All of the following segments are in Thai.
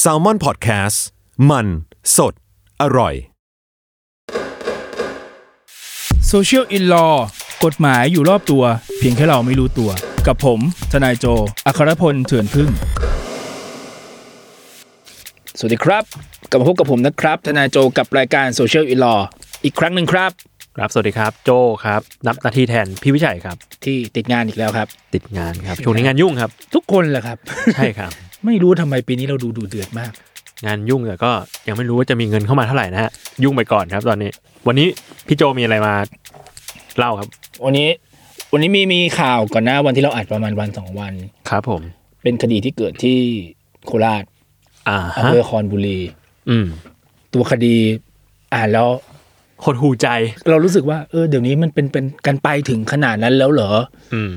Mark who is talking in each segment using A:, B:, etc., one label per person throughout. A: แซลมอนพอดแคสต์มันสดอร่อย
B: Social in Law กฎหมายอยู่รอบตัว เพียงแค่เราไม่รู้ตัว กับผม ทนายโจ อัครพลเถื่อนพึ่ง สวัสดีครับ กลับมาพบกับผมนะครับ ทนายโจกับรายการ Social in Law อีกครั้งหนึ่งครับ
C: ครับ สวัสดีครับ โจครับ รับหน้าที่แทนพี่วิชัยครับ
B: ที่ติดงานอีกแล้วครับ
C: ติดงาน ครับ ช่วงนี้งานยุ่งครับ
B: ทุกคนแหละครับ
C: ใช่ครับ
B: ไม่รู้ทำไมปีนี้เราดูดูเดือดมาก
C: งานยุ่งแต่ก็ยังไม่รู้ว่าจะมีเงินเข้ามาเท่าไหร่นะฮะ ยุ่งไปก่อนครับตอนนี้ วันนี้พี่โจมีอะไรมาเล่าครับ
B: วันนี้ วันนี้มีมีข่าวก่อนหน้าวันที่เราอัดประมาณวันสองวัน
C: ครับผม
B: เป็นคดีที่เกิดที่โคราช
C: อ่า
B: อำ
C: ฮะ
B: เภอคอนบุรี
C: อืม
B: ตัวคดีอ่านแล้ว
C: หดหูใจ
B: เรารู้สึกว่าเออเดี๋ยวนี้มันเป็นเป็นกันไปถึงขนาดนั้นแล้วเหรอ
C: อืม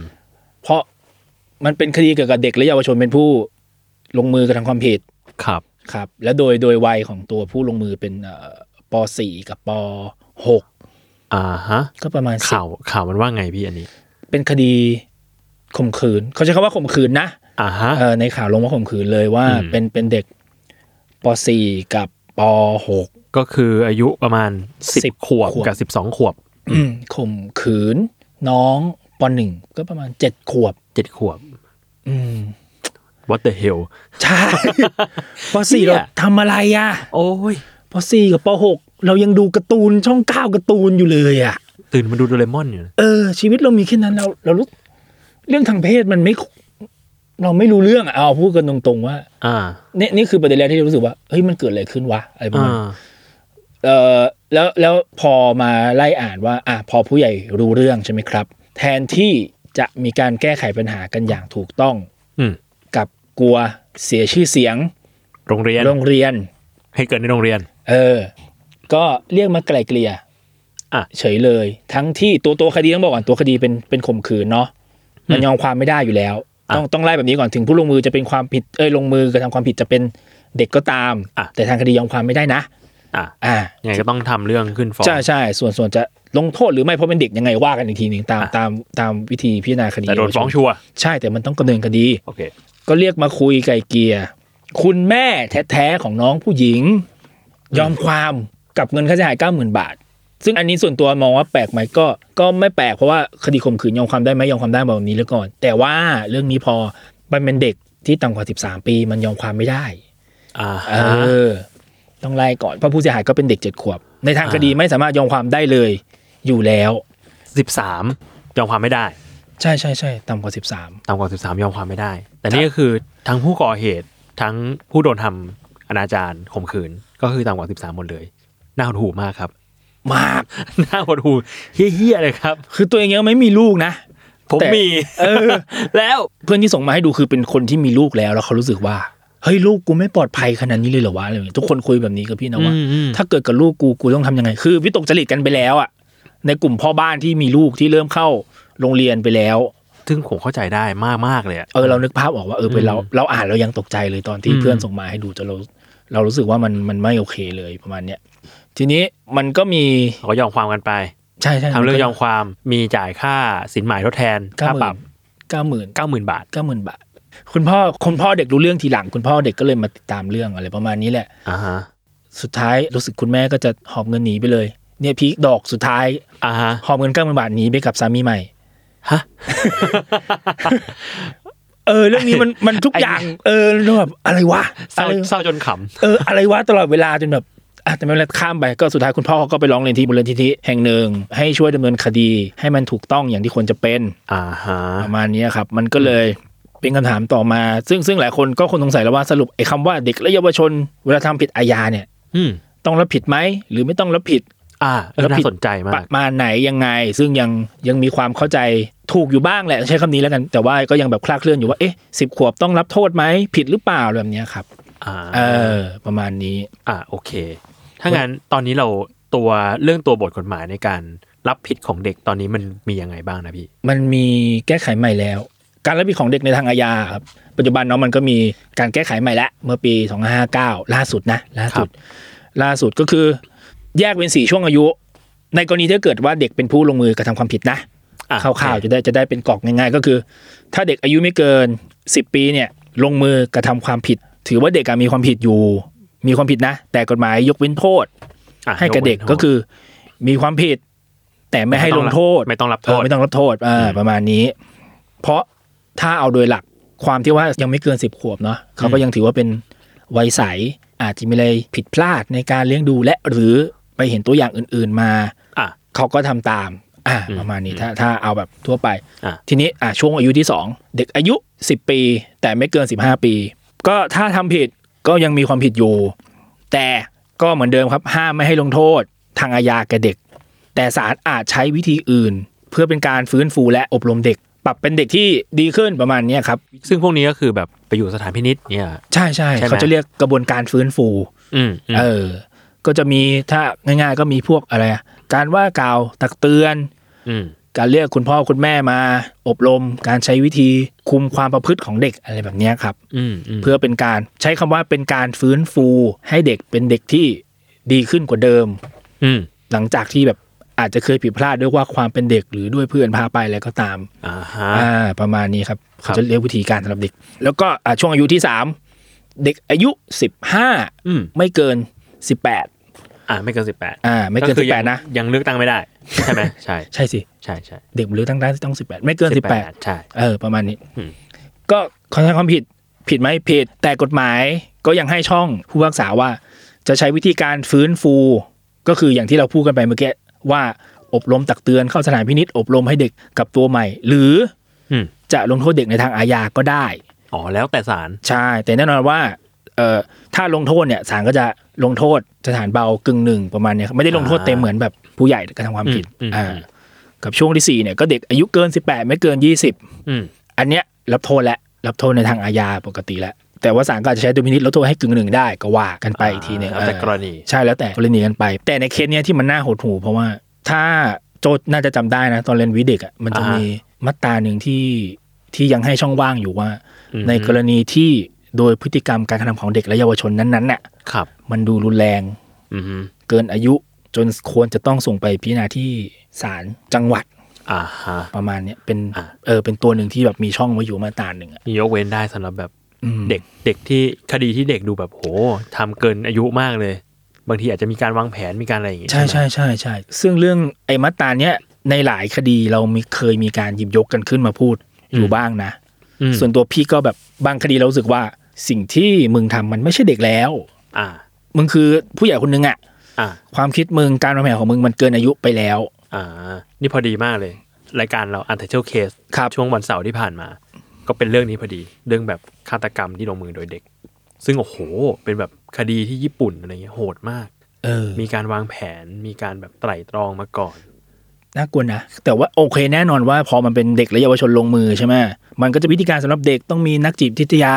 B: เพราะมันเป็นคดีเกี่ยวกับเด็กและเยาวชนเป็นผู้ลงมือกระทำความผิด
C: ครับ
B: ครับ และโดยโดยวัยของตัวผู้ลงมือเป็นเอ่อป .4 กับป .6
C: อ่าฮะ
B: ก็ประมาณสิบ
C: ข่าว ข่าวมันว่าไงพี่อันนี้
B: เป็นคดีข่มขืน เขาใช้คำว่าข่มขืนนะ
C: อ่าฮะ
B: เออในข่าวลงว่าข่มขืนเลยว่า
C: อืม
B: เป็นเป็นเด็กป .4 กับป .6
C: ก็คืออายุประมาณสิ
B: สิ
C: บบ ขวบ
B: ขวบ
C: กับสิบสองขวบ
B: ข่มขืน น้องป .1 ก็ประมาณเจ็ดขวบ
C: เจ็ดขวบ
B: อืม
C: what the hell
B: ใช่ ปสี่
C: เหี้
B: เรา
C: ย
B: ทำอะไรอ่ะ
C: โอ้ย
B: ปสี่กับปหกเรายังดูการ์ตูนช่องเก้าการ์ตูนอยู่เลยอ่ะ
C: ตื่นมาดูโดเรมอนอยู่นะ
B: เออ ชีวิตเรามีแค่นั้นเราเรารู้เรื่องทางเพศมันไม่ เราไม่รู้เรื่องอ่ะเอาพูดกันตรงๆว่า
C: อ่า
B: เนี่ยนี่คือประเด็นแรกที่รู้สึกว่าเฮ้ยมันเกิดอะไรขึ้นวะอะไรประมาณ
C: อ่า
B: นั้นเออแล้วแล้วพอมาไล่อ่านว่า อ่ะพอผู้ใหญ่รู้เรื่องใช่ไหมครับ แทนที่จะมีการแก้ไขปัญหากันอย่างถูกต้อง
C: อืม
B: กลับกลัวเสียชื่อเสียง
C: โรงเรียน
B: โรงเรียน
C: ให้เกิดในโรงเรียน
B: เออ ก็เรียกมาไกลเกลี่ย
C: อ่ะ
B: เฉยเลย ทั้งที่ตัวตัวคดีต้องบอกก่อนตัวคดีเป็นเป็นข่มขืนเนาะ มันยอมความไม่ได้อยู่แล้ว ต้องต้องไล่แบบนี้ก่อนถึงผู้ลงมือจะเป็นความผิด เอ้ยลงมือกระทำความผิดจะเป็นเด็กก็ตาม
C: อ่ะ
B: แต่ทางคดียอมความไม่ได้นะ
C: อ่ะ
B: อ่า
C: ยังไงก็ต้องทำเรื่องขึ้นฟ้อง
B: ใช่ใช่ส่วนส่วนจะลงโทษหรือไม่เพราะเป็นเด็กยังไงว่ากันอีกทีหนึ่งตาม
C: อ่ะ
B: ตามตามวิธีพิจารณาคดี
C: แต่โดนฟ้องชัวร์
B: ใช่แต่มันต้องดำเนินคดี
C: โอเค
B: ก็เรียกมาคุยไกลเกลียคุณแม่แท้ๆของน้องผู้หญิง ยอมความกับเงินค่าเสียหายเก้าหมื่นบาท ซึ่งอันนี้ส่วนตัวมองว่าแปลกไหมก็ ก็ไม่แปลกเพราะว่าคดีข่มขืนยอมความได้ไหมยอมความได้แบบนี้แล้วก่อน แต่ว่าเรื่องนี้พอมันเป็นเด็กที่ต่ำกว่า 13 ปี มันยอมความไม่ได้
C: อ่า
B: เอ
C: ฮะ
B: อ ต้องไล่ก่อนเพราะผู้เสียหายก็เป็นเด็กเจ็ดขวบ ในทาง
C: อ่า
B: คดีไม่สามารถยอมความได้เลย อยู่แล้ว
C: สิบสามยอมความไม่ได้
B: ใช่ใช่ใช่ต่ำกว่า 13
C: ต่ำกว่าสิบสามยอมความไม่ได้ แต่นี่ก็คือทั้งผู้ก่อเหตุทั้งผู้โดนทำอนาจารข่มขืน ก็คือต่ำกว่าสิบสามหมดเลยน่าหดหูมากครับ
B: มาก
C: น่าหดหูเฮี้ยๆเลยครับ
B: คือตัวเองยังไม่มีลูกนะ
C: ผม
B: แต่
C: มี
B: เออ
C: แล้ว
B: เพื่อนที่ส่งมาให้ดูคือเป็นคนที่มีลูกแล้วแล้วเขารู้สึกว่าเฮ้ยลูกกูไม่ปลอดภัยขนาดนี้เลยเหรอวะอะไรอย่างเงี้ยทุกคนคุยแบบนี้กับพี่นะว่า
C: อืมๆ
B: ถ้าเกิดกับลูกกูกูต้องทำยังไง คือวิตกจริตกันไปแล้วอะในกลุ่มพ่อบ้านที่มีลูกที่เริ่มเข้าโรงเรียนไปแล้ว
C: ซึ่งผมเข้าใจได้มากๆเลยอะ
B: เออเรานึกภาพออกว่าเออเป็นเราเราอ่านเรายังตกใจเลยตอนที่
C: อืม
B: เพื่อนส่งมาให้ดูจนเรา เรารู้สึกว่ามันมันไม่โอเคเลยประมาณเนี้ยทีนี้มันก็มี
C: เขาก็ยอมความกันไป
B: ใช่ใช่
C: ทำเรื่องยอมความมีจ่ายค่าสินหมายทดแทน
B: เก้า
C: ค่า
B: ห
C: ป
B: มื่
C: รั
B: น
C: บ
B: เก้าหมื่น
C: เก้าหมื่นบาท
B: เก้าหมื่นบาท คุณพ่อคุณพ่อเด็กรู้เรื่องทีหลัง คุณพ่อเด็กก็เลยมาติดตามเรื่องอะไรประมาณนี้แหละ
C: อ่าฮะ
B: สุดท้ายรู้สึกคุณแม่ก็จะหอบเงินหนีไปเลย เนี่ยพีคดอกสุดท้าย
C: อ่าฮะ
B: หอบเงินเก้าหมื่นบาทหนีไปกับสามีใหม่
C: ฮะ
B: เออ เรื่องนี้มันมันทุกอย่าง เออแล้วแบบอะไรวะ
C: เศร้า
B: อะไร
C: เศร้าจนข
B: เอออะไรวะตลอดเวลาจนแบบอ่ะแต่ไม่เป็นไรข้ามไปก็สุดท้ายคุณพ่อเขาก็ไปร้องเรียนที่มูลนิธิแห่งหนึ่ง ให้ช่วยดำเนินคดี ให้มันถูกต้องอย่างที่ควรจะเป็น
C: ำอ่าฮะ
B: ประมาณนี้ครับ มันก็เลยเป็นคำถามต่อมา ซึ่งซึ่งหลายคนก็คงสงสัยแล้วว่าสรุปไอ้คำว่าเด็กและเยาวชน เวลาทำผิดอาญาเนี่ย
C: อืม
B: ต้องรับผิดไหม หรือไม่ต้องรับผิด
C: อ่าเออ
B: แล้วผิ
C: น่า
B: ด
C: สนใจมา
B: ประ
C: ก
B: มาณไหนยังไง ซึ่งยังยังมีความเข้าใจถูกอยู่บ้างแหละ ใช้คำนี้แล้วกัน แต่ว่าก็ยังแบบคลาดเคลื่อนอยู่ว่าเอ๊ะสิบขวบต้องรับโทษไหมผิดหรือเปล่าอะไรแบบเนี้ยครับ
C: อ่า
B: เออ ประมาณนี้
C: อ่าโอเค ถ้างั้นตอนนี้เราตัวเรื่องตัวบทกฎหมายในการรับผิดของเด็กตอนนี้มันมียังไงบ้างนะพี่
B: มันมีแก้ไขใหม่แล้ว การรับผิดของเด็กในทางอาญาครับปัจจุบันเนาะมันก็มีการแก้ไขใหม่แล้วเมื่อปี2559ล่าสุดนะล่าสุด ล่าสุดก็คือ แยกเป็นสี่ช่วงอายุ ในกรณีที่เกิดว่าเด็กเป็นผู้ลงมือกระทำความผิดนะ
C: อ่ะ
B: ข่าว
C: โอ
B: ๆ
C: เค
B: จะได้จะได้เป็นกรอกง่ายๆ ก็คือ ถ้าเด็กอายุไม่เกิน 10 ปีเนี่ย ลงมือกระทำความผิด ถือว่าเด็กอะมีความผิดอยู่ มีความผิดนะ แต่กฎหมายยกเว้นโทษ
C: อ่ะ
B: ให้กับเด็ก
C: ยว้นโทษ
B: ก็คือ มีความผิด แต่ไม่ให้ลงโทษ
C: ไม่ต้องรับโท
B: เออ
C: ษ
B: ไม่ต้องรับโทษเอออ
C: ม
B: ประมาณนี้ เพราะถ้าเอาโดยหลักความที่ว่ายังไม่เกินสิบขวบเนาะเขาก็ยังถือว่าเป็นวัยใส อาจจะมีอะไรผิดพลาดในการเลี้ยงดูและหรือไปเห็นตัวอย่างอื่น ๆ มา
C: อ่ะ
B: เขาก็ทำตาม อ่า
C: อืม
B: ประมาณนี้ ถ้า ถ้าเอาแบบทั่วไป
C: อ่ะ
B: ทีนี้ อ่า ช่วงอายุที่สอง เด็กอายุ 10 ปี แต่ไม่เกิน 15 ปี ก็ถ้าทำผิด ก็ยังมีความผิดอยู่ แต่ก็เหมือนเดิมครับ ห้ามไม่ให้ลงโทษ ทางอาญาแก่เด็ก แต่ศาลอาจใช้วิธีอื่น เพื่อเป็นการฟื้นฟูและอบรมเด็ก ปรับเป็นเด็กที่ดีขึ้นประมาณเนี้ยครับ
C: ซึ่งพวกนี้ก็คือแบบไปอยู่สถานพินิษเนี่ย
B: ใช่ใช่
C: ใช่ไหม
B: เขาจะเรียกกระบวนการฟื้นฟู
C: อืมอืม
B: เออ ก็จะมีถ้าง่าย ๆ ก็มีพวกอะไรอะการว่ากล่าวตักเตือน
C: อืม
B: การเรียกคุณพ่อคุณแม่มา อบรม การใช้วิธีคุมความประพฤติของเด็กอะไรแบบเนี้ยครับ
C: อืมอืม
B: เพื่อเป็นการใช้คำว่าเป็นการฟื้นฟูให้เด็กเป็นเด็กที่ดีขึ้นกว่าเดิม
C: อืม
B: หลังจากที่แบบอาจจะเคยผิดพลาดด้วยว่าความเป็นเด็กหรือด้วยเพื่อนพาไปอะไรก็ตาม
C: อ่าฮะ
B: อ่า ประมาณนี้ครับ
C: ครับ
B: จะเรียกวิธีการสำหรับเด็ก แล้วก็อ่าช่วงอายุที่สามเด็กอายุสิบห้า
C: อืม
B: ไม่เกินสิบแปด
C: อ่าไม่เกินสิบแปด
B: อ่า ไม่เกิน
C: คื
B: สิ
C: อบ
B: แป
C: ยั
B: ด
C: ง
B: นะ
C: ยังเลือกตั้งไม่ได้ ใช่ไหมใช่
B: ใช่สิ
C: ใช่ใช่
B: เด็กหรือตั้งได้ต้องสิบแปดไม่เกินสิบแปด
C: ใช่
B: เออประมาณนี้
C: อืม
B: ก็ขอใช้ความผิดผิดไหมผิด แต่กฎหมายก็ยังให้ช่องผู้พิพากษาว่า จะใช้วิธีการฟื้นฟู ก็คืออย่างที่เราพูดกันไปเมื่อกี้ว่าอบรมตักเตือนเข้าสถานพินิษอบรมให้เด็กกลับตัวใหม่ หรือ
C: อืม
B: จะลงโทษเด็กในทางอาญาก็ได้
C: อ๋อแล้วแต่ศาล
B: ใช่ แต่แน่นอนว่าเอ่อถ้าลงโทษเนี่ยศาลก็จะลงโทษสถานเบากึ่งหนึ่งประมาณเนี้ยไม่ได้ลงโทษเต็มเหมือนแบบผู้ใหญ่กระทำความผิด
C: อืม
B: อ่ากับช่วงที่สี่เนี่ยก็เด็กอายุเกิน 18 ไม่เกิน 20
C: อืม
B: อันเนี้ยรับโทษแล้วรับโทษในทางอาญาปกติแล้ว แต่ว่าศาลก็อาจจะใช้ดุลพินิษลดโทษให้กึ่งหนึ่งได้ก็ว่ากันไปอีกทีหนึง
C: แล้วแต่
B: เออก
C: รณี
B: ใช่แล้วแต่กรณีกันไป แต่ในเคสเนี้ยที่มันน่าหดหู่เพราะว่าถ้าโจทย์น่าจะจำได้นะ ตอนเรียนวิเด็กอ่ะมันจะมีมาตราหนึ่งที่ที่ยังให้ช่องว่างอยู่ว่า
C: อืม
B: ในกรณีที่โดยพฤติกรรมการกระทำของเด็กและเยาวชนนั้นๆน่ะ
C: ครับ
B: มันดูรุนแรง
C: อืมฮึ
B: เกินอายุจนควรจะต้องส่งไปพิจารณาที่ศาลจังหวัด
C: อ่าฮะ
B: ประมาณเนี้ยเป็น
C: อ่า
B: เออเป็นตัวหนึ่งที่แบบมีช่องไว้อยู่มาตราหนึ่งอ่ะ
C: มียกเว้นได้สำหรับแบบ
B: อืม
C: เด็กเด็กที่คดีที่เด็กดูแบบโหทำเกินอายุมากเลย บางทีอาจจะมีการวางแผนมีการอะไรอย่างงี้
B: ใช่
C: ไหม
B: ใช่ใช่ใช่ซึ่งเรื่องไอ้มาตราเนี้ยในหลายคดีเรามีเคยมีการหยิบยกกันขึ้นมาพูดอยู่บ้างนะ
C: อืม
B: ส่วนตัวพี่ก็แบบบางคดีเรารู้สึกว่าสิ่งที่มึงทำมันไม่ใช่เด็กแล้ว
C: อ่า
B: มึงคือผู้ใหญ่คนนึงอะ
C: อ่า
B: ความคิดมึงการวางแผนของมึงมันเกินอายุไปแล้ว
C: อ่า นี่พอดีมากเลย รายการเรา u n t i t l e Case
B: ครับ
C: ช่วงวันเสาร์ที่ผ่านมา ก็เป็นเรื่องนี้พอดี เรื่องแบบฆาตกรรมที่ลงมือโดยเด็ก ซึ่งโอ้โห เป็นแบบคดีที่ญี่ปุ่นอะไรเงี้ยโหดมาก
B: เออ
C: มีการวางแผน มีการแบบไตร่ตรองมาก่อน
B: น่ากลัวนะ แต่ว่าโอเคแน่นอนว่าพอมันเป็นเด็กและเยาวชนลงมือใช่ไหมมันก็จะวิธีการสำหรับเด็กต้องมีนักจิตวิทยา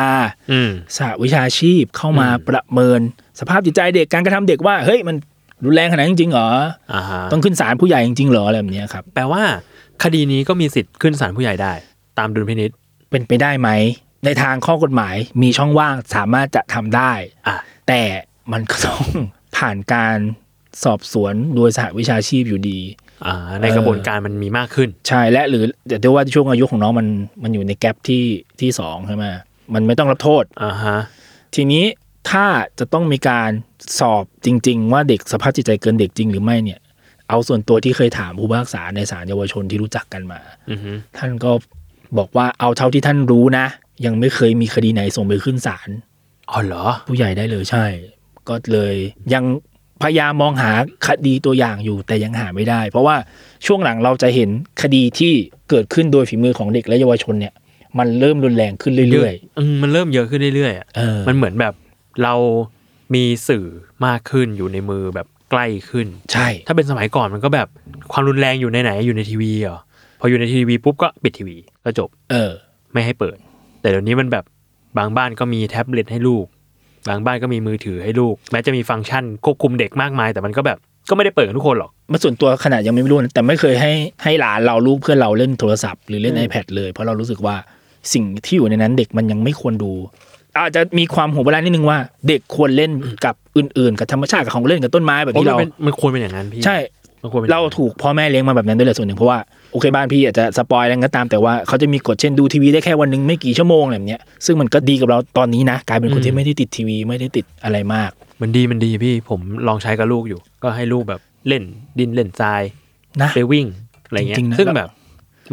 C: อืม
B: สหวิชาชีพเข้ามา
C: อืม
B: ประเมิน สภาพจิตใจเด็กการกระทำเด็กว่าเฮ้ยมันรุนแรงขนาดนั้นจริงๆเหรอ
C: อ่าฮะ
B: ต้องขึ้นศาลผู้ใหญ่จริงๆเหรออะไรแบบเนี้ยครับ
C: แปลว่าคดีนี้ก็มีสิทธิ์ขึ้นศาลผู้ใหญ่ได้ ตามดุลพินิษ
B: เป็นไปได้ไหม ในทางข้อกฎหมายมีช่องว่างสามารถจะทำได้
C: อ่ะ
B: แต่มันก็ต้อง ผ่านการสอบสวนโดยสหวิชาชีพอยู่ดี
C: อ่า ใน
B: เออ
C: กระบวนการมันมีมากขึ้น
B: ใช่และหรือเดี๋ยวเรียกว่าช่วงอายุของน้องมันมันอยู่ในแกลบที่ที่สองใช่ไหมมันไม่ต้องรับโทษ
C: อ่าฮะ
B: ทีนี้ถ้าจะต้องมีการสอบจริง ๆ ว่าเด็กสภาพจิตใจเกินเด็กจริงหรือไม่เนี่ย เอาส่วนตัวที่เคยถามผู้พิพากษาในศาลเยาวชนที่รู้จักกันมา
C: อือฮึ
B: ท่านก็บอกว่าเอาเท่าที่ท่านรู้นะ ยังไม่เคยมีคดีไหนส่งไปขึ้นศาล
C: อ๋อเหรอ
B: ผู้ใหญ่ได้เลยใช่ ก็เลยยังพยายามมองหาคดีตัวอย่างอยู่แต่ยังหาไม่ได้ เพราะว่าช่วงหลังเราจะเห็นคดีที่เกิดขึ้นโดยฝีมือของเด็กและเยาวชนเนี่ย มันเริ่มรุนแรงขึ้นเรื่อย
C: ๆมันเริ่มเยอะขึ้นเรื่อยๆอะ
B: ๆเออ
C: มันเหมือนแบบเรามีสื่อมากขึ้นอยู่ในมือแบบใกล้ขึ้น
B: ใช่
C: ถ้าเป็นสมัยก่อนมันก็แบบความรุนแรงอยู่ในไหนอยู่ในทีวีเหรอพออยู่ในทีวีปุ๊บก็ปิดทีวีก็จบ
B: เออ
C: ไม่ให้เปิด แต่เดี๋ยวนี้มันแบบบางบ้านก็มีแท็บเล็ตให้ลูก บางบ้านก็มีมือถือให้ลูก แม้จะมีฟังก์ชันควบคุมเด็กมากมาย แต่มันก็แบบก็ไม่ได้เปิดกับทุกคนหรอก
B: มันส่วนตัวขนาดยังไม่รู้นะแต่ไม่เคยให้ให้หลานเราลูกเพื่อนเราเล่นโทรศัพท์ หรือเล่น
C: อืม
B: iPad เลย เพราะเรารู้สึกว่าสิ่งที่อยู่ในนั้นเด็กมันยังไม่ควรดู อาจจะมีความหัวโบราณนิดนึงว่า เด็กควรเล่นกับอื่นๆ กับธรรมชาติกับของเล่นกับต้นไม้แบบ
C: โอ้
B: ที่
C: มั
B: เรา
C: น
B: ม
C: เป็นมันควรเป็นอย่างนั้นพี่
B: ใช่
C: มันควรเป็นอย่ง
B: เรา
C: นั้น
B: ถูกพ่อแม่เลี้ยงมาแบบนั้นด้วยแหละส่วนหนึ่งเพราะว่า โอเคบ้านพี่อาจจะสปอยอะไรก็ตามแต่ว่าเขาจะมีกฎเช่นดูทีวีได้แค่วันหนึงไม่กี่ชั่วโมงอะไรแบบเนี้ยซึ่งมันก็ดีกับเราตอนนี้นะ กลายเป็นคน
C: อื
B: ที่
C: ม
B: ไม่ได้ติดทีวีไม่ได้ติดอะไรมาก
C: มันดีมันดีพี่ผมลองใช้กับลูกอยู่ ก็ให้ลูกแบบเล่นดินเล่นทราย
B: นะ
C: ไปวิ่งอะไรเงี้ย
B: จริงๆนะ
C: ซึ่งแบบ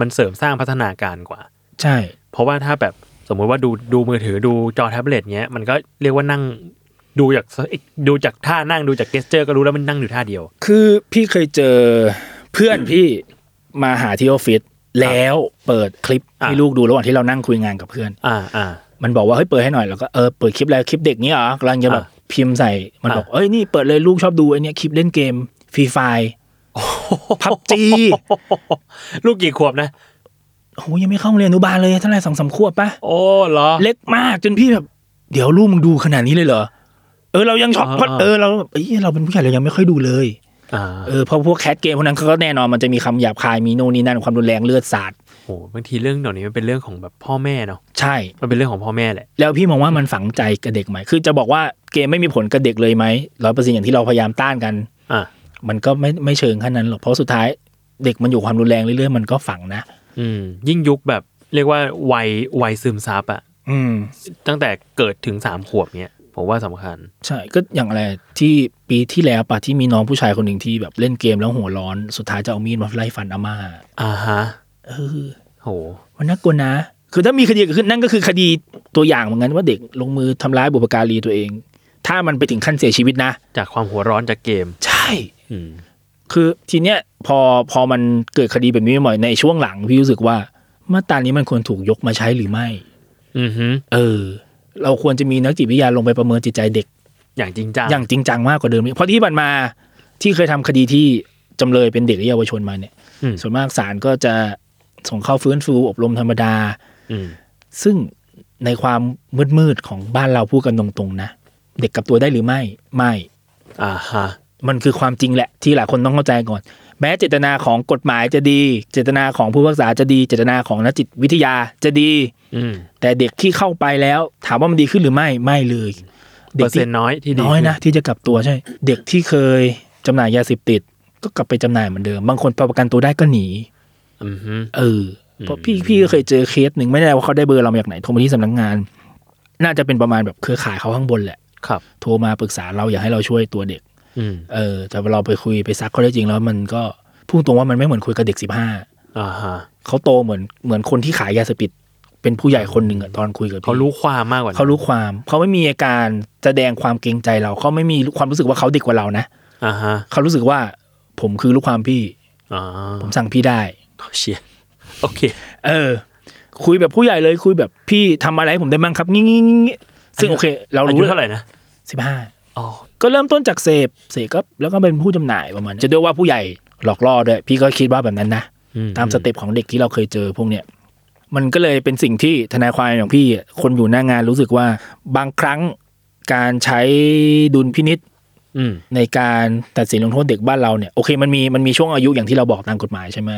C: มันเสริมสร้างพัฒนาการกว่า
B: ใช่
C: เพราะว่าถ้าแบบสมมุติว่าดูดูมือถือดูจอแท็บเล็ตเงี้ยมันก็เรียกว่านั่งดูจากดูจากท่านั่งดูจากเกสเจอร์ก็รู้แล้วมันนั่งอยู่ท่าเดียว
B: คือพี่เคยเจอเพื่อนพี่มาหาที่ออฟฟิศแล้วเปิดคลิปให้
C: อ่ะ
B: ลูกดูระหว่างที่เรานั่งคุยงานกับเพื่อน
C: อ่าอ่า
B: มันบอกว่าเฮ้ยเปิดให้หน่อยแล้วก็เออเปิดคลิปแล้วคลิปเด็กนี้เหรอกำลังจะแบบ
C: อ่ะ
B: พิมพ์ใส่มัน
C: อ่ะ
B: บอกเอ้ยนี่เปิดเลยลูกชอบดูไอ้เนี่ยคลิปเล่นเกมฟรีไฟพับจี
C: ลูกกี่ขวบนะ
B: โอ้โหยังไม่เข้าโรงเรียนอนุบาลเลยเท่าไหร่สองสามขวบปะ
C: โอ้เหรอ
B: เล็กมากจนพี่แบบ เดี๋ยวลูกมึงดูขนาดนี้เลยเหรอเออเรายังช็อก
C: อ่า
B: เพราะ
C: อ่า
B: เออเราเอ้ยเราเป็นผู้ใหญ่เรายังไม่ค่อยดูเลย
C: อ่า
B: เออเพราะพวกแคทเกมพวกนั้นเขาก็แน่นอนมันจะมีคำหยาบคายมีโน่นนี่นั่นความรุนแรงเลือดสาด
C: โหบางทีเรื่องเหล่านี้มันเป็นเรื่องของแบบพ่อแม่เนาะ
B: ใช่
C: มันเป็นเรื่องของพ่อแม่แหละ
B: แล้วพี่มองว่ามันฝังใจกับเด็กไหมคือจะบอกว่าเกมไม่มีผลกับเด็กเลยไหมร้อยเปอร์เซ็นต์อย่างที่เราพยายามต้านกัน
C: อ่า
B: มันก็ไม่ไม่เชิงขนาดนั้นหรอกเพราะสุดท้ายเด็กมันอยู่ความรุนแรงเรื่อยๆมันก็ฝังนะ
C: อืม ยิ่งยุคแบบเรียกว่าวัยวัยซึมซับอะ
B: อืม
C: ตั้งแต่เกิดถึงสามขวบเนี้ยผมว่าสำคัญ
B: ใช่ก็อย่างอะไรที่ปีที่แล้วปะที่มีน้องผู้ชายคนหนึ่งที่แบบเล่นเกมแล้วหัวร้อน สุดท้ายจะเอามีดมาไล่ฟันอาม่า
C: อ่าฮะ
B: เออ
C: โห
B: มันน่ากลัวนะ คือถ้ามีคดีเกิดขึ้นนั่นก็คือคดีตัวอย่างเหมือนกันว่าเด็กลงมือทำร้ายบุพการีตัวเอง ถ้ามันไปถึงขั้นเสียชีวิตนะ
C: จากความหัวร้อนจากเกม
B: ใช่
C: อืม
B: คือทีเนี้ยพอพอมันเกิดคดีแบบนี้บ่อยๆในช่วงหลังพี่รู้สึกว่ามาตรานี้มันควรถูกยกมาใช้หรือไม่
C: อือฮึ
B: เออ เราควรจะมีนักจิตวิทยาลงไปประเมินจิตใจเด็ก
C: อย่างจริงจัง
B: อย่างจริงจังมากกว่าเดิมนี้เพราะที่ผ่านมาที่เคยทำคดีที่จำเลยเป็นเด็กและเยาวชนมาเนี่ย
C: อืม
B: ส่วนมากศาลก็จะส่งเข้าฟื้นฟูอบรมธรรมดา
C: อืม
B: ซึ่งในความมืดมืดๆของบ้านเราพูดกันตรงๆนะ เด็กกลับตัวได้หรือไม่ไม่
C: อ่าฮะ
B: มันคือความจริงแหละที่หลายคนต้องเข้าใจก่อน แม้เจตนาของกฎหมายจะดี เจตนาของผู้พิพากษาจะดี เจตนาของนักจิตวิทยาจะดี
C: อืม
B: แต่เด็กที่เข้าไปแล้ว ถามว่ามันดีขึ้นหรือไม่ไม่เลย
C: เป
B: ด็
C: อก ร์
B: ที่
C: เซ็นต์น้อยที่ดี
B: น้อยนะ
C: ขึ้
B: ที่จะกลับตัวใช่ เด็กที่เคยจำหน่ายยาเสพติด ก็กลับไปจำหน่ายเหมือนเดิม บางคนประกันตัวได้ก็หนี
C: อือฮึ
B: เออเพราะพี่
C: อืม
B: พี่ก็เคยเจอเคสหนึ่งไม่แน่ว่าเขาได้เบอร์เรามาจากไหนโทรมาที่สำนักงาน น่าจะเป็นประมาณแบบเครือข่ายเขาข้างบนแหละ
C: ครับ
B: โทรมาปรึกษาเราอยากให้เราช่วยตัวเด็ก
C: อืม
B: เออแต่เราไปคุยไปซักข้อได้จริงแล้วมันก็พูดตรงว่ามันไม่เหมือนคุยกับเด็กสิบห้า
C: อ่าฮะ
B: เขาโตเหมือนเหมือนคนที่ขายยาเสพติดเป็นผู้ใหญ่คนหนึ่งอะตอนคุยกับพี่
C: เขารู้ความมากกว่านั้น
B: เขารู้ความเขาไม่มีอาการแสดงความเกรงใจเราเขาไม่มีความรู้สึกว่าเขาเด็กกว่าเรานะ
C: อ่าฮะ
B: เขารู้สึกว่าผมคือลูกความพี่
C: อ่า
B: ผมสั่งพี่ได้
C: เชียโอเค
B: เออ คุยแบบผู้ใหญ่เลยคุยแบบพี่ทำอะไรให้ผมได้บ้างครับงี้งี้งี้งี้ซึ่ง
C: อายุ
B: โอเค เรา
C: อา
B: รู้
C: ยุเท่าไหร่นะ
B: สิบห้า
C: อ๋อ
B: ก็เริ่มต้นจากเสพเสพก็แล้วก็เป็นผู้จำหน่ายประมาณนั้นจะด้วยว่าผู้ใหญ่หลอกล่อด้วยพี่ก็คิดว่าแบบนั้นนะ
C: อื
B: ตามสเต็ปของเด็กที่เราเคยเจอพวกเนี้ยมันก็เลยเป็นสิ่งที่ทนายความอย่างพี่อ่ะคนอยู่หน้างานรู้สึกว่าบางครั้งการใช้ดุลพินิษ
C: อืม
B: ในการตัดสินลงโทษเด็กบ้านเราเนี่ยโอเคมันมีมันมีช่วงอายุอย่างที่เราบอกตามกฎหมายใช่ไหม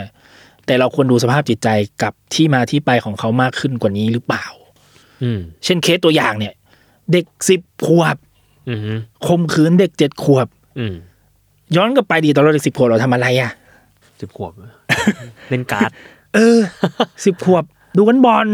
B: แต่เราควรดูสภาพจิตใจกับที่มาที่ไปของเขามากขึ้นกว่านี้หรือเปล่า
C: อืม
B: เช่นเคสตัวอย่างเนี่ย เด็กสิบขวบ
C: อืม
B: ข่มขืนเด็กเจ็ดขวบ
C: อืม
B: ย้อนกลับไปดีตอนเราเด็กสิบขวบเราทำอะไรอะ่ะ
C: สิบขวบ เล่นการ์ด
B: เออ สิบขวบ ดูวันบอล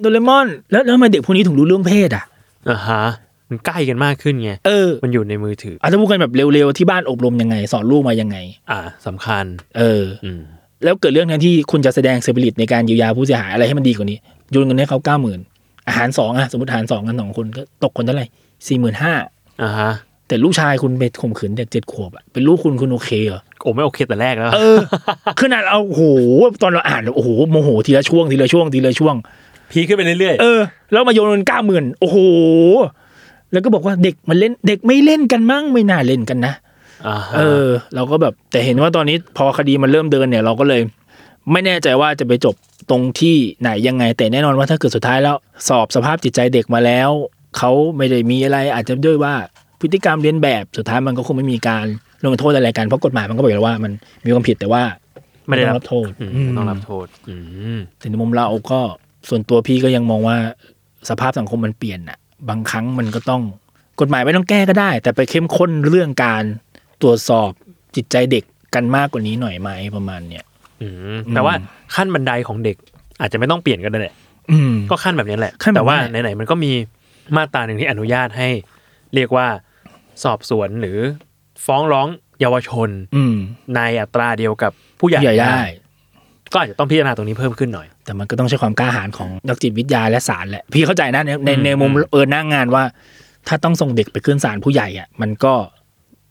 B: โดเรมอน แล้วแล้วทำไมเด็กพวกนี้ถึงรู้เรื่องเพศอ่ะ
C: อ่าฮะมันใกล้กันมากขึ้นไง
B: เออ
C: มันอยู่ในมือถือ
B: อาจจะพูดกันแบบเร็วๆที่บ้านอบรมยังไง สอนลูกมายังไง
C: อ่าสำคัญ
B: เออ
C: อืม
B: แล้วเกิดเรื่องแทนที่คุณจะแสดงเซอร์บิลิตในการเยียวยาผู้เสียหายอะไรให้มันดีกว่านี้โยนเงินให้เขาเก้าหมื่นอาหารสองอะสมมติอาหารสองกันสองคนก็ตกคนเท่าไหร่สี่หมื่นห้า
C: อ่าฮะ
B: แต่ลูกชายคุณไปข่มขืนเด็กเจ็ดขวบอะเป็นลูกคุณคุณโอเคเหรอ
C: โอ้ไม่โอเคแต่แรกแล้ว
B: เอ อ ขนาดเอาโอ้โหตอนเราอ่านโอ้โหโมโหทีละช่วงทีละช่วงทีละช่วง
C: พีคขึ้นไปเรื่อย
B: เออ แล้วมาโยนเงินเก้าหมื่นโอ้โห แล้วก็บอกว่าเด็กมันเล่นเด็กไม่เล่นกันมั้งไม่น่าเล่นกันนะ
C: ๆอ่าฮะ
B: เออเราก็แบบแต่เห็นว่าตอนนี้พอคดีมันเริ่มเดินเนี่ยเราก็เลย ไม่แน่ใจว่าจะไปจบตรงที่ไหนยังไง แต่แน่นอนว่าถ้าเกิดสุดท้ายแล้ว สอบสภาพจิตใจเด็กมาแล้ว เขาไม่ได้มีอะไรอาจจะด้วยว่าพฤติกรรมเรียนแบบสุดท้ายมันก็คงไม่มีการลงโทษอะไรกันเพราะกฎหมายมันก็บอกอยู่แล้วว่ามันมีความผิดแต่ว่า
C: ไม่ได้
B: ต้อ
C: รั
B: ง
C: บ
B: รับโทษ
C: อืม
B: ม
C: ต้องรับโทษ อืม
B: แต่ในมุมเราก็ส่วนตัวพี่ก็ยังมองว่าสภาพสังคมมันเปลี่ยนอะบางครั้งมันก็ต้องกฎหมายไม่ต้องแก้ก็ได้ แต่ไปเข้มข้นเรื่องการตรวจสอบจิตใจเด็กกันมากกว่านี้หน่อยไหมประมาณเนี้ย
C: อืมแต่ว่าขั้นบันไดของเด็ก อาจจะไม่ต้องเปลี่ยนก็ได้แหละ
B: อืม
C: ก็ขั้นแบบนี้แหละ
B: ขั้นแบบนี้
C: แต่ว่าไหนๆมันก็มีมาตราหนึ่งที่อนุญาตให้ เรียกว่าสอบสวนหรือฟ้องร้องเยาวชน
B: อืม
C: ในอัตราเดียวกับผู้ใหญ่
B: ใหญ่ได้
C: ก็อาจจะต้องพิจารณาตรงนี้เพิ่มขึ้นหน่อย
B: แต่มันก็ต้องใช้ความกล้าหาญของนักจิตวิทยาและศาลแหละ พี่เข้าใจนะในในในมุม
C: อืม
B: เออหน้างงานว่า ถ้าต้องส่งเด็กไปขึ้นศาลผู้ใหญ่อ่ะ มันก็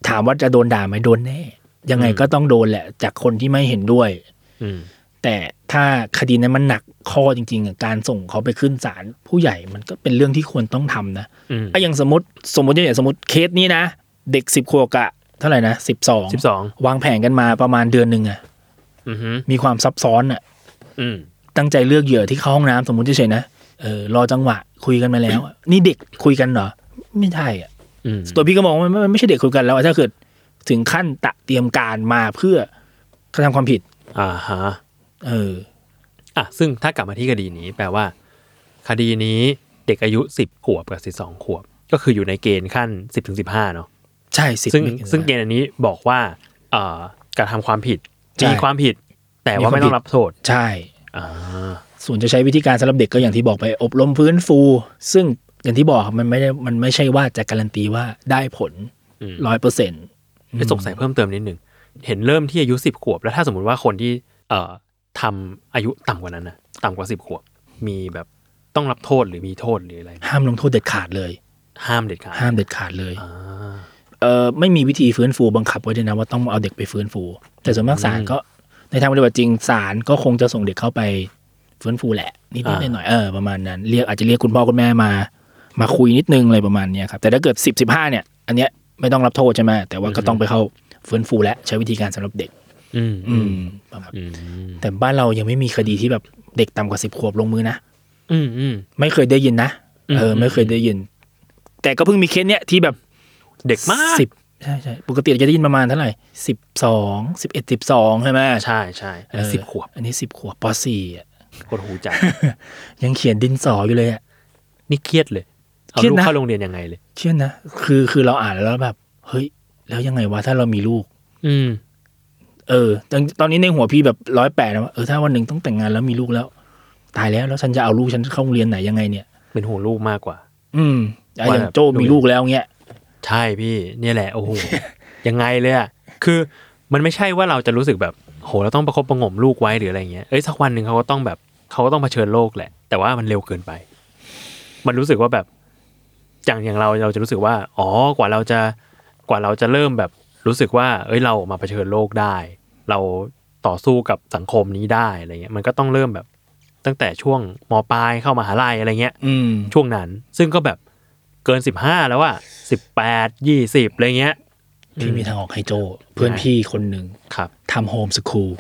B: ถามว่าจะโดนด่าไหมโดนแน่ ยังไงก็ต้องโดนแหละ จากคนที่ไม่เห็นด้วย
C: อืม
B: แต่ถ้าคดีนั้นมันหนักข้อจริงๆอะการส่งเขาไปขึ้นศาลผู้ใหญ่มันก็เป็นเรื่องที่ควรต้องทำนะ
C: อืม
B: อะอย่างสมมติสมมติอย่างสมมติเคสนี้นะ เด็กสิบขวบกะเท่าไหร่นะสิบสอง
C: สิบสอง
B: วางแผนกันมาประมาณเดือนหนึ่งอะ
C: อือหือ
B: มีความซับซ้อนอะ
C: อืม
B: ตั้งใจเลือกเหยื่อที่เข้าห้องน้ำสมมติเฉยๆนะเออรอจังหวะคุยกันมาแล้วอะนี่เด็กคุยกันเหรอ ไม่ใช่อ่ะ
C: อืม
B: ตัวพี่ก็มองว่ามันมันมันไม่ใช่เด็กคุยกันแล้วอะถ้าเกิดถึงขั้นตะเตรียมการมาเพื่อกระทำความผิด
C: อ่าฮะ
B: เออ
C: อ่ะซึ่งถ้ากลับมาที่คดีนี้แปลว่า คดีนี้เด็กอายุ 10 ขวบกับ 12 ขวบ ก็คืออยู่ในเกณฑ์ขั้น 10ถึง15 เนาะ
B: ใช่สิ
C: ซึ่ง
B: ไม่เกิน
C: ซึ่งเกณฑ์อันนี้บอกว่าเอ่อกระทำความผิด
B: ใช่
C: มีความผิด แต่ว่าไม่
B: มีความผิด
C: ต้องรับโทษ
B: ใช่
C: อ่า
B: ส่วนจะใช้วิธีการสำหรับเด็กก็อย่างที่บอกไปอบรมฟื้นฟู ซึ่งอย่างที่บอกครับมันไม่ได้มันไม่ใช่ว่าจะการันตีว่าได้ผล
C: อืม
B: ร้อยเปอร์เซ็นต์
C: ไปสงสัยเพิ่มเติมนิดหนึ่ง เห็นเริ่มที่อายุ 10 ขวบ แล้วถ้าสมมติว่าคนที่เอ่อทำอายุต่ำกว่านั้นนะต่ำกว่า 10 ขวบ มีแบบต้องรับโทษหรือมีโทษหรืออะไรไหม
B: ห้ามลงโทษเด็ดขาดเลย
C: ห้ามเด็ดขาด
B: ห้ามเด็ดขาดเลย
C: อ่า
B: เออไม่มีวิธีฟื้นฟูบังคับไว้ด้วยนะว่าต้องเอาเด็กไปฟื้นฟู แต่ส่วนมากศาลก็ในทางปฏิบัติจริงศาลก็คงจะส่งเด็กเข้าไปฟื้นฟูแหละนิด
C: อ่า
B: ๆหน่อยๆเออประมาณนั้นเรียกอาจจะเรียกคุณพ่อคุณแม่มา มาคุยนิดนึงอะไรประมาณเนี้ยครับแต่ถ้าเกิดสิบสิบห้าเนี่ย อันเนี้ยไม่ต้องรับโทษใช่ไหมแต่ว่าก็ต้องไปเข้าฟื้นฟูและใช้วิธีการสำหรับเด็ก
C: อืม
B: อืมประมาณ
C: อืม
B: แต่บ้านเรายังไม่มีคดีที่แบบเด็กต่ำกว่าสิบขวบลงมือนะ
C: อืมอืม
B: ไม่เคยได้ยินนะเออ
C: อืม
B: ไม่เคยได้ยิน แต่ก็เพิ่งมีเคสเนี้ยที่แบบ
C: เด็กมาก
B: สิบใช่ใช่ปกติเราจะได้ยินประมาณเท่าไหร่สิบสองสิบเอ็ดสิบสองใช่ไหม
C: ใช่ใช่
B: เออ
C: สิบขวบ
B: อันนี้สิบขวบปสี่อะ
C: โคตรหูจัด
B: ยังเขียนดินสออยู่เลยอ่ะ
C: นี่เครียดเลย เอา
B: เครียด
C: ลูก
B: นะ
C: เข้าโรงเรียนยังไงเลย
B: เชื่อนะคือคือเราอ่านแล้วแบบ เฮ้ย แล้วยังไงวะถ้าเรามีลูก
C: อืม
B: เออตอนตอนนี้ในหัวพี่แบบร้อยแปดนะว่าเออถ้าวันหนึ่งต้องแต่งงานแล้วมีลูกแล้ว ตายแล้วแล้วฉันจะเอาลูกฉันเข้าโรงเรียนไหนยังไงเนี่ย
C: เป็นห่วงลูกมากกว่า
B: อืมอะอย่างโจมีลูกแล้วเงี้ย
C: ใช่พี่ เนี่ยแหละ โอ้โห ยังไงเลยอ่ะ คือมันไม่ใช่ว่าเราจะรู้สึกแบบ โห เราต้องประคบประหงมลูกไว้หรืออะไรเงี้ย เอ้ย สักวันหนึ่งเขาก็ต้องแบบ เขาก็ต้องเผชิญโลกแหละ แต่ว่ามันเร็วเกินไป มันรู้สึกว่าแบบ อย่างอย่างเราเราจะรู้สึกว่า อ๋อ กว่าเราจะ กว่าเราจะเริ่มแบบ รู้สึกว่า เอ้ย เราออกมาเผชิญโลกได้ เราต่อสู้กับสังคมนี้ได้อะไรเงี้ย มันก็ต้องเริ่มแบบ ตั้งแต่ช่วงมปลายเข้ามหาลัยอะไรเงี้ย
B: อืม
C: ช่วงนั้นซึ่งก็แบบเกินสิบห้าแล้วอะสิบแปดยี่สิบอะไรเงี้ย
B: พี่มีทางออกให้โจเพื่อน
C: ยังไง
B: พี่คนหนึ่ง
C: ครับ
B: ทำโฮมสคูล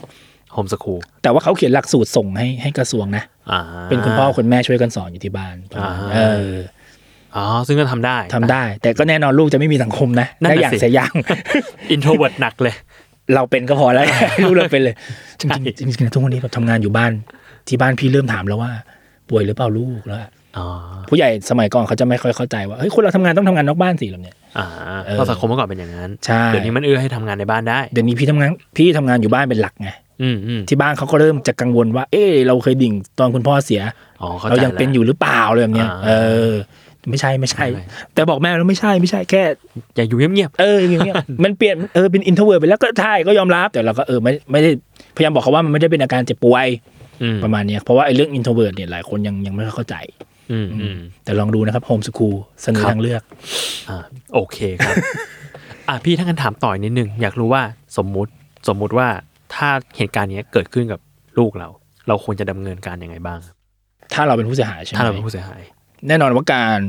C: โฮมสคูล
B: แต่ว่าเขาเขียนหลักสูตรส่งให้ให้กระทรวงนะ
C: อ่า
B: เป็นคุณพ่อคุณแม่ช่วยกันสอนอยู่ที่บ้านประมาณนั้น
C: อ่า
B: เออ
C: อ๋อ ซึ่งก็ทำได้
B: ทำได้ แต่ก็แน่นอนลูกจะไม่มีสังคมนะ
C: นั่น
B: ได้
C: น่ะ
B: อย่าง
C: สิ
B: เสียอย่าง
C: อินโทรเวิร์ดหนักเลย
B: เราเป็นก็พอ แล้ว ลูกเราเป็นเลยจริง
C: ใช่
B: ๆจริงๆจริงๆนะทุกวันนี้แบบทำงานอยู่บ้าน ที่บ้านพี่เริ่มถามแล้วว่า ป่วยหรือเปล่าลูกแล้วอะ
C: อ๋อ
B: ผู้ใหญ่สมัยก่อนเขาจะไม่ค่อยเข้าใจว่าเฮ้ยคนเราทำงานต้องทำงานนอกบ้านสิแบบเนี้ย
C: อ่า
B: เออ
C: เพราะสังคมเมื่อก่อนเป็นอย่างนั้น
B: ใช่
C: เดี๋ยวนี้มันเอื้อให้ทำงานในบ้านได้
B: เดี๋ยวนี้พี่ทำงานพี่ทำงานอยู่บ้านเป็นหลักไง
C: อืมอืม
B: ที่บ้านเขาก็เริ่มจะกังวลว่า เออเราเคยดิ่งตอนคุณพ่อเสีย
C: อ๋อเข้าใจ
B: เรายังเป็นอยู่หรือเปล่าเลยแบบเนี้ยเออ ไม่ใช่ไม่ใช่
C: ใช่
B: แต่บอกแม่แล้วไม่ใช่ไม่ใช่แค่
C: อย่าอยู่เงียบ
B: เอออย่างเงี้ย มันเปลี่ยนเออเป็นอินโทรเวิร์ไปแล้วก็ใช่ก็ยอมรับ แต่เราก็เออไม่ไม่ได้พยายามบอกเขาว่ามันไม่ได้เป็นอาการเจ็บป่วย
C: ๆอืม
B: ประมาณเนี้ยเพราะว่าไอ้เรื่องอินโทรเวิร์เนี่ยหลายคนยังยังไม่ค่อยเข้าใจ
C: อืมอืม
B: แต่ลองดูนะครับโฮมส o ูลเสนอ
C: ครับ
B: ทางเลือก
C: อ่าโอเค ครับ อ่ะพี่ถ้างั้นถามต่อยนิดนึง อยากรู้ว่าสมมุติสมมุติว่าถ้าเหตุการณ์เนี้ยเกิดขึ้นกับลูกเรา เราควรจะดำเนินการยังไงบ้าง
B: ถ้าเราเป็นผู้เสียหายใช่ไหม
C: ถ้าเราเป็นผู้เสียหาย
B: แน่นอนว่าการ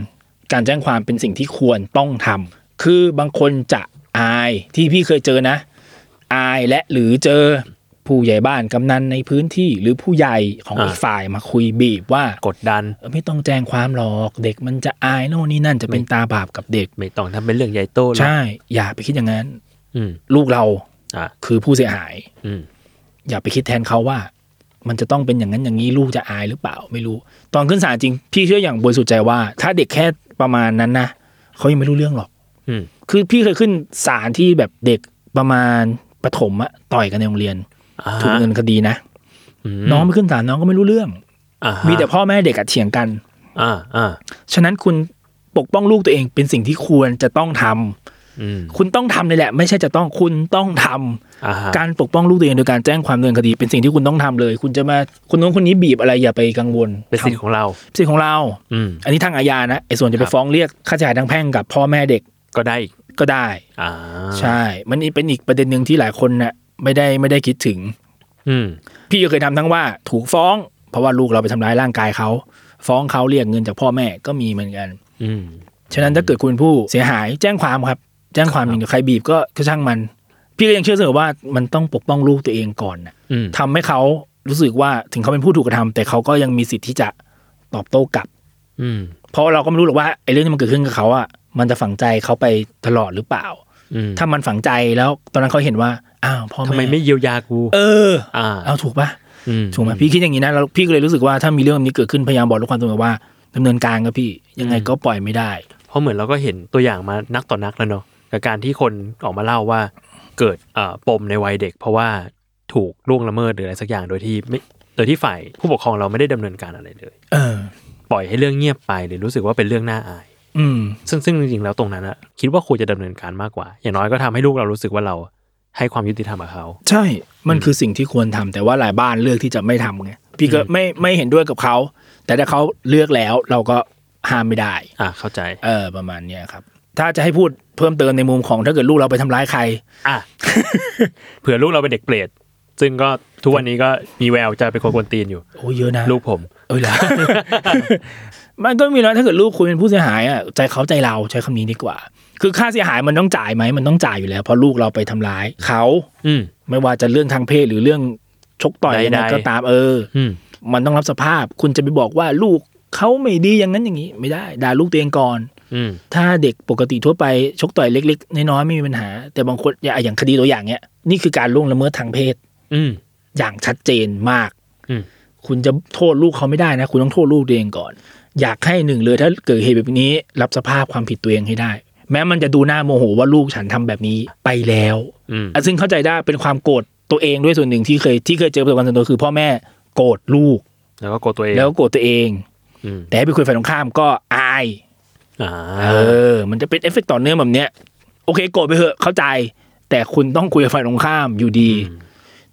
B: การแจ้งความเป็นสิ่งที่ควรต้องทำคือบางคนจะอายที่พี่เคยเจอนะ อายและหรือเจอผู้ใหญ่บ้านกำนันในพื้นที่ หรือผู้ใหญ่ของอีก
C: อ่า
B: ฝ่ายมาคุยบีบว่า
C: กดดัน
B: เออไม่ต้องแจ้งความหรอกเด็กมันจะอายโน่นนี่นั่นจะเป็นตาบาปกับเด็ก
C: ไม่ต้องทำเป็นเรื่องใหญ่โตหรอก
B: ใช่ อย่าไปคิดอย่างนั้น
C: อืม
B: ลูกเรา
C: อ่ะ
B: คือผู้เสียหาย
C: อืม
B: อย่าไปคิดแทนเขาว่า มันจะต้องเป็นอย่างนั้นอย่างนี้ลูกจะอายหรือเปล่าไม่รู้ ตอนขึ้นศาลจริง พี่เชื่ออย่างบริสุทธิ์ใจว่า ถ้าเด็กแค่ประมาณนั้นนะเขายังไม่รู้เรื่องหรอก
C: อืม
B: คือพี่เคยขึ้นศาลที่แบบเด็กประมาณประถมอะต่อยกันในโรงเรียน
C: อ่า
B: ถูกดำเงินคดีนะ
C: ม
B: น้องไม่ขึ้นศาลน้องก็ไม่รู้เรื่อง
C: อ่าฮะ
B: มีแต่พ่อแม่เด็กอะเถียงกัน
C: อ่าอ่า
B: ฉะนั้นคุณปกป้องลูกตัวเองเป็นสิ่งที่ควรจะต้องทำ
C: อืม
B: คุณต้องทำเลยแหละ ไม่ใช่จะต้องคุณต้องทำ
C: อ่าฮะ
B: การปกป้องลูกตัวเองโดยการแจ้งความดำเนินคดี เป็นสิ่งที่คุณต้องทำเลย คุณจะมาคนนู้นคนนี้บีบอะไรอย่าไปกังวล
C: เป็นสิทธิ์ของเรา
B: ทำสิทธิ์ของเรา
C: อืม
B: อันนี้ทางอาญานะไอ้ส่วนจะไป
C: ครับ
B: ฟ้องเรียกค่าเสียหายทางแพ่งกับพ่อแม่เด็ก
C: ก็ได้อีก
B: ก็ได้
C: อ่า
B: ใช่ มันนี่เป็นอีกประเด็นหนึ่งที่หลายคนน่ะไม่ได้ไม่ได้คิดถึง
C: อืม
B: พี่ก็เคยทำทั้งว่าถูกฟ้อง เพราะว่าลูกเราไปทำร้ายร่างกายเขา ฟ้องเขาเรียกเงินจากพ่อแม่ก็มีเหมือนกัน
C: อืม
B: ฉะนั้นถ้าเกิดคุณเป็นผู้เสียหายแจ้งความครับ แจ้งความ
C: ค
B: จ
C: รับ
B: ริงเดี๋ยวใครบีบก็ก็ช่างมัน พี่ก็ยังเชื่อเสมอว่ามันต้องปกป้องลูกตัวเองก่อนนะ
C: อืม
B: ทำให้เขารู้สึกว่าถึงเขาเป็นผู้ถูกกระทำแต่เขาก็ยังมีสิทธิ์ที่จะตอบโต้กลับ
C: อืม
B: เพราะเราก็ไม่รู้หรอกว่าไอ้เรื่องที่มันเกิดขึ้นกับเขาอ่ะมันจะฝังใจเขาไปตลอดหรือเปล่า
C: อืม
B: ถ้ามันฝังใจแล้วตอนนั้นเขาเห็นว่าอ้าวพ่อ
C: ทำไม
B: แม่
C: ไม่เยียวยากู
B: เออ
C: อ่า
B: เอาถูกปะ
C: อืม
B: ถูกไหมพี่คิดอย่างนี้นะแล้วพี่ก็เลยรู้สึกว่าถ้ามีเรื่องแบบนี้เกิดขึ้นพยายามบอกลูกความตัวเองว่าดำเนินการครับพี่ยังไงก็ปล่อยไม่ได้
C: เพราะเหมือนเราก็เห็นตัวอย่างมานักต่อนักแล้วเนาะกับการที่คนออกมาเล่าว่าเกิดเอ่อปมในวัยเด็ก เพราะว่าถูกล่วงละเมิดหรืออะไรสักอย่างโดยที่ไม่โดยที่ฝ่ายผู้ปกครองเราไม่ได้ดำเนินการอะไรเลย
B: เออ
C: ปล่อยให้เรื่องเงียบไปหรือรู้สึกว่าเป็นเรื่องน่าอาย
B: อืม
C: ซึ่งซึ่งจริงๆแล้วตรงนั้นอะคิดว่าควรจะดำเนินการมากกว่า อย่างน้อยก็ทำให้ลูกเรารู้สึกว่าเราให้ความยุติธรรมกับเขา
B: ใช่ มันคือสิ่งที่ควรทำแต่ว่าหลายบ้านเลือกที่จะไม่ทำไง พี่ก็
C: อืม
B: ไม่ไม่เห็นด้วยกับเขา แต่ถ้าเขาเลือกแล้วเราก็ห้ามไม่ได้
C: อ่าเข้าใจ
B: เออ ประมาณเนี้ยครับ ถ้าจะให้พูดเพิ่มเติมในมุมของถ้าเกิดลูกเราไปทำร้ายใคร
C: อ่ะ เผื่อลูกเราเป็นเด็กเปรตซึ่งก็ทุกวันนี้ก็มีแววจะเป็นคนกวนตีนอยู่
B: โอ้เยอะนะ
C: ลูกผม
B: เออเหร อ มันก็มีแล้วถ้าเกิดลูกคุณเป็นผู้เสียหายอ่ะใจเขาใจเราใช้คำนี้ดีกว่า คือค่าเสียหายมันต้องจ่ายไหมมันต้องจ่ายอยู่แล้วเพราะลูกเราไปทำร้ายเขา
C: อืม
B: ไม่ว่าจะเรื่องทางเพศหรือเรื่องชกต่อยยังไง
C: ใดๆ
B: ก็ตามเออ
C: อืม
B: มันต้องรับสภาพ คุณจะไปบอกว่าลูกเขาไม่ดีอย่างนั้นอย่างนี้ ไม่ได้ด่าลูกตัวเองก่อน
C: อืม
B: ถ้าเด็กปกติทั่วไปชกต่อยเล็กๆน้อยๆไม่มีปัญหา แต่บางคนอย่าอย่างคดีตัวอย่างเนี้ยนี่คือการล่วงละเมิดทางเพศ
C: อืม
B: อย่างชัดเจนมาก
C: อืม
B: คุณจะโทษลูกเขาไม่ได้นะ คุณต้องโทษลูกตัวเองก่อน อยากให้หนึ่งเลยถ้าเกิดเหตุแบบนี้ รับสภาพความผิดตัวเองให้ได้ แม้มันจะดูหน้าโมโหว่าลูกฉันทำแบบนี้ไปแล้ว
C: อืม
B: อ่ะซึ่งเข้าใจได้เป็นความโกรธตัวเองด้วยส่วนหนึ่งที่เคยที่เคยเจอประสบการณ์ส่วนตัวคือ พ่อแม่โกรธลูก
C: แล้วก็โกรธตัวเอง
B: แล้วโกรธตัวเอง
C: อืม
B: แต่ให้ไปคุยฝ่ายตรงข้ามก็อาย
C: อ่า
B: เออ มันจะเป็นเอฟเฟกต์ต่อเนื่องแบบเนี้ย โอเคโกรธไปเถอะเข้าใจ แต่คุณต้องคุยกับฝ่ายตรงข้ามอยู่ดี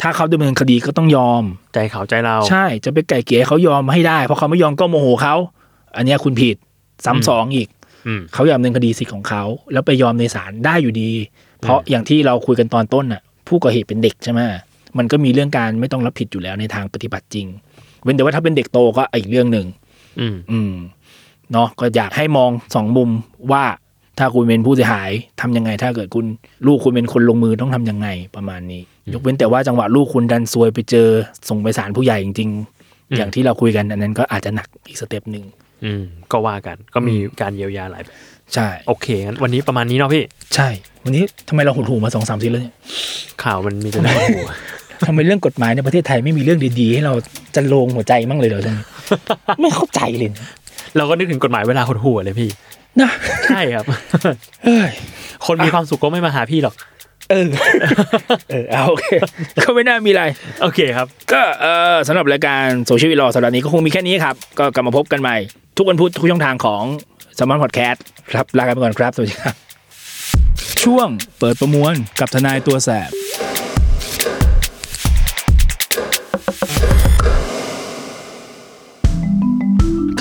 B: ถ้าเขาดำเนินคดีก็ต้องยอม
C: ใจเขาใจเรา
B: ใช่จะไปไก่เกลี่ยให้เขายอมให้ได้ เพราะเขาไม่ยอมก็โมโหเขา อันเนี้ยคุณผิด
C: อืม
B: ซ้ำสองอีก
C: อืม
B: เขายอมดำเนินคดีสิทธิ์ของเขา แล้วไปยอมในศาลได้อยู่ดี เพราะอย่างที่เราคุยกันตอนต้นน่ะ ผู้ก่อเหตุเป็นเด็กใช่ไหมมันก็มีเรื่องการไม่ต้องรับผิดอยู่แล้วในทางปฏิบัติจริง เว้นแต่ว่าถ้าเป็นเด็กโตก็อีกเรื่องหนึ่ง
C: อืม
B: อืมเนาะก็อยากให้มองสองมุมว่าถ้าคุณเป็นผู้เสียหายทำยังไง ถ้าเกิดคุณลูกคุณเป็นคนลงมือต้องทำยังไงประมาณนี้ ยกเว้นแต่ว่าจังหวะลูกคุณดันซวยไปเจอส่งไปศาลผู้ใหญ่จริง
C: อืม
B: ๆ อย่างที่เราคุยกันอันนั้นก็อาจจะหนักอีกสเต็ปหนึ่ง
C: อืมก็ว่ากันก็มีการเยียวยาหลายแบบ
B: ใช่
C: โอเคงั้นวันนี้ประมาณนี้เนาะพี่
B: ใช่ วันนี้ทำไมเราหดหูมาสองสามซีแล้วเนี่ย
C: ข่าวมันมีแต่เรื่องโอ้โห
B: ทำไมเรื่องกฎหมายในประเทศไทยไม่มีเรื่องดีๆ ให้เราจะโลงหัวใจมั่งเลยเหรอท่าน ไม่เข้าใจเลยนะ
C: เราก็นึกถึงกฎหมายเวลาหดหัวเลยพี่
B: นะ
C: ใช่ครับ
B: เอ้ย
C: คนมีความสุขก็ไม่มาหาพี่หรอก
B: เออ เออเอาโอเคก็ไม่น่ามีอะไร
C: โอเคครับ
B: ก็เออสำหรับรายการโซเชียลวีลอสัปดาห์นี้ก็คงมีแค่นี้ครับ ก็กลับมาพบกันใหม่ ทุกวันพุธทุกช่องทางของสม o นพอดแคสต์ครับลากันไปก่อนครับ สวัสดีครับ ช่วงเปิดประมวลกับทนายตัวแสบ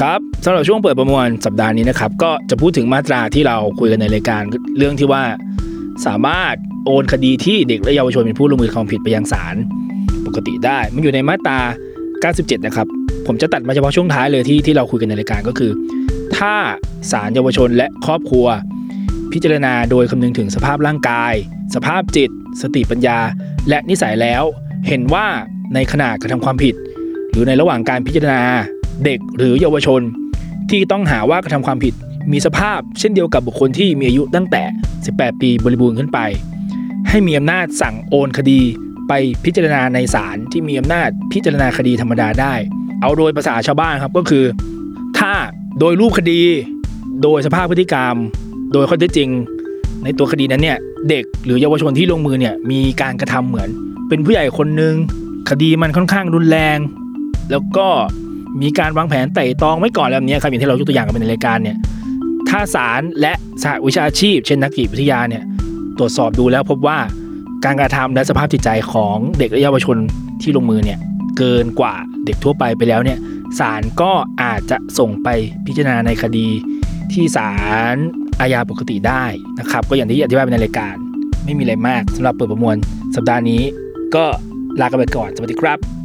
B: ครับสำหรับช่วงเปิดประมวลสัปดาห์นี้นะครับ ก็จะพูดถึงมาตราที่เราคุยกันในรายการเรื่องที่ว่า สามารถโอนคดีที่เด็กและเยาวชนเป็นผู้ลงมือความผิดไปยังศาล ปกติได้ มันอยู่ในมาตรา 97 นะครับ ผมจะตัดมาเฉพาะช่วงท้ายเลยที่ที่เราคุยกันในรายการก็คือ ถ้าศาลเยาวชนและครอบครัว พิจารณาโดยคำนึงถึงสภาพร่างกาย สภาพจิต สติปัญญา และนิสัยแล้ว เห็นว่าในขณะกระทำความผิด หรือในระหว่างการพิจารณาเด็กหรือเยาวชน ที่ต้องหาว่ากระทำความผิด มีสภาพเช่นเดียวกับบุคคลที่มีอายุตั้งแต่ 18 ปีบริบูรณ์ขึ้นไป ให้มีอำนาจสั่งโอนคดีไปพิจารณาในศาลที่มีอำนาจพิจารณาคดีธรรมดาได้ เอาโดยภาษาชาวบ้านครับก็คือ ถ้าโดยรูปคดี โดยสภาพพฤติกรรม โดยข้อเท็จจริง ในตัวคดีนั้นเนี่ยเด็กหรือเยาวชนที่ลงมือเนี่ยมีการกระทำเหมือน เป็นผู้ใหญ่คนหนึ่งคดีมันค่อนข้างรุนแรง แล้วก็มีการวางแผนไต่ตองไว้ก่อนแล้วแบบเนี้ยครับอย่างที่เรายกตัวอย่างกันไปในรายการเนี่ยถ้าศาลและสหวิชาชีพ เช่นนักจิตวิทยาเนี่ยตรวจสอบดูแล้วพบว่าการกระทำและสภาพจิตใจของเด็กและเยาวชนที่ลงมือเนี่ยเกินกว่าเด็กทั่วไปไปแล้วเนี่ยศาลก็อาจจะส่งไปพิจารณาในคดีที่ศาลอาญาปกติได้นะครับ ก็อย่างที่อธิบายไปในรายการ ไม่มีอะไรมากสำหรับเปิดประมวลสัปดาห์นี้ ก็ลากันไปก่อน สวัสดีครับ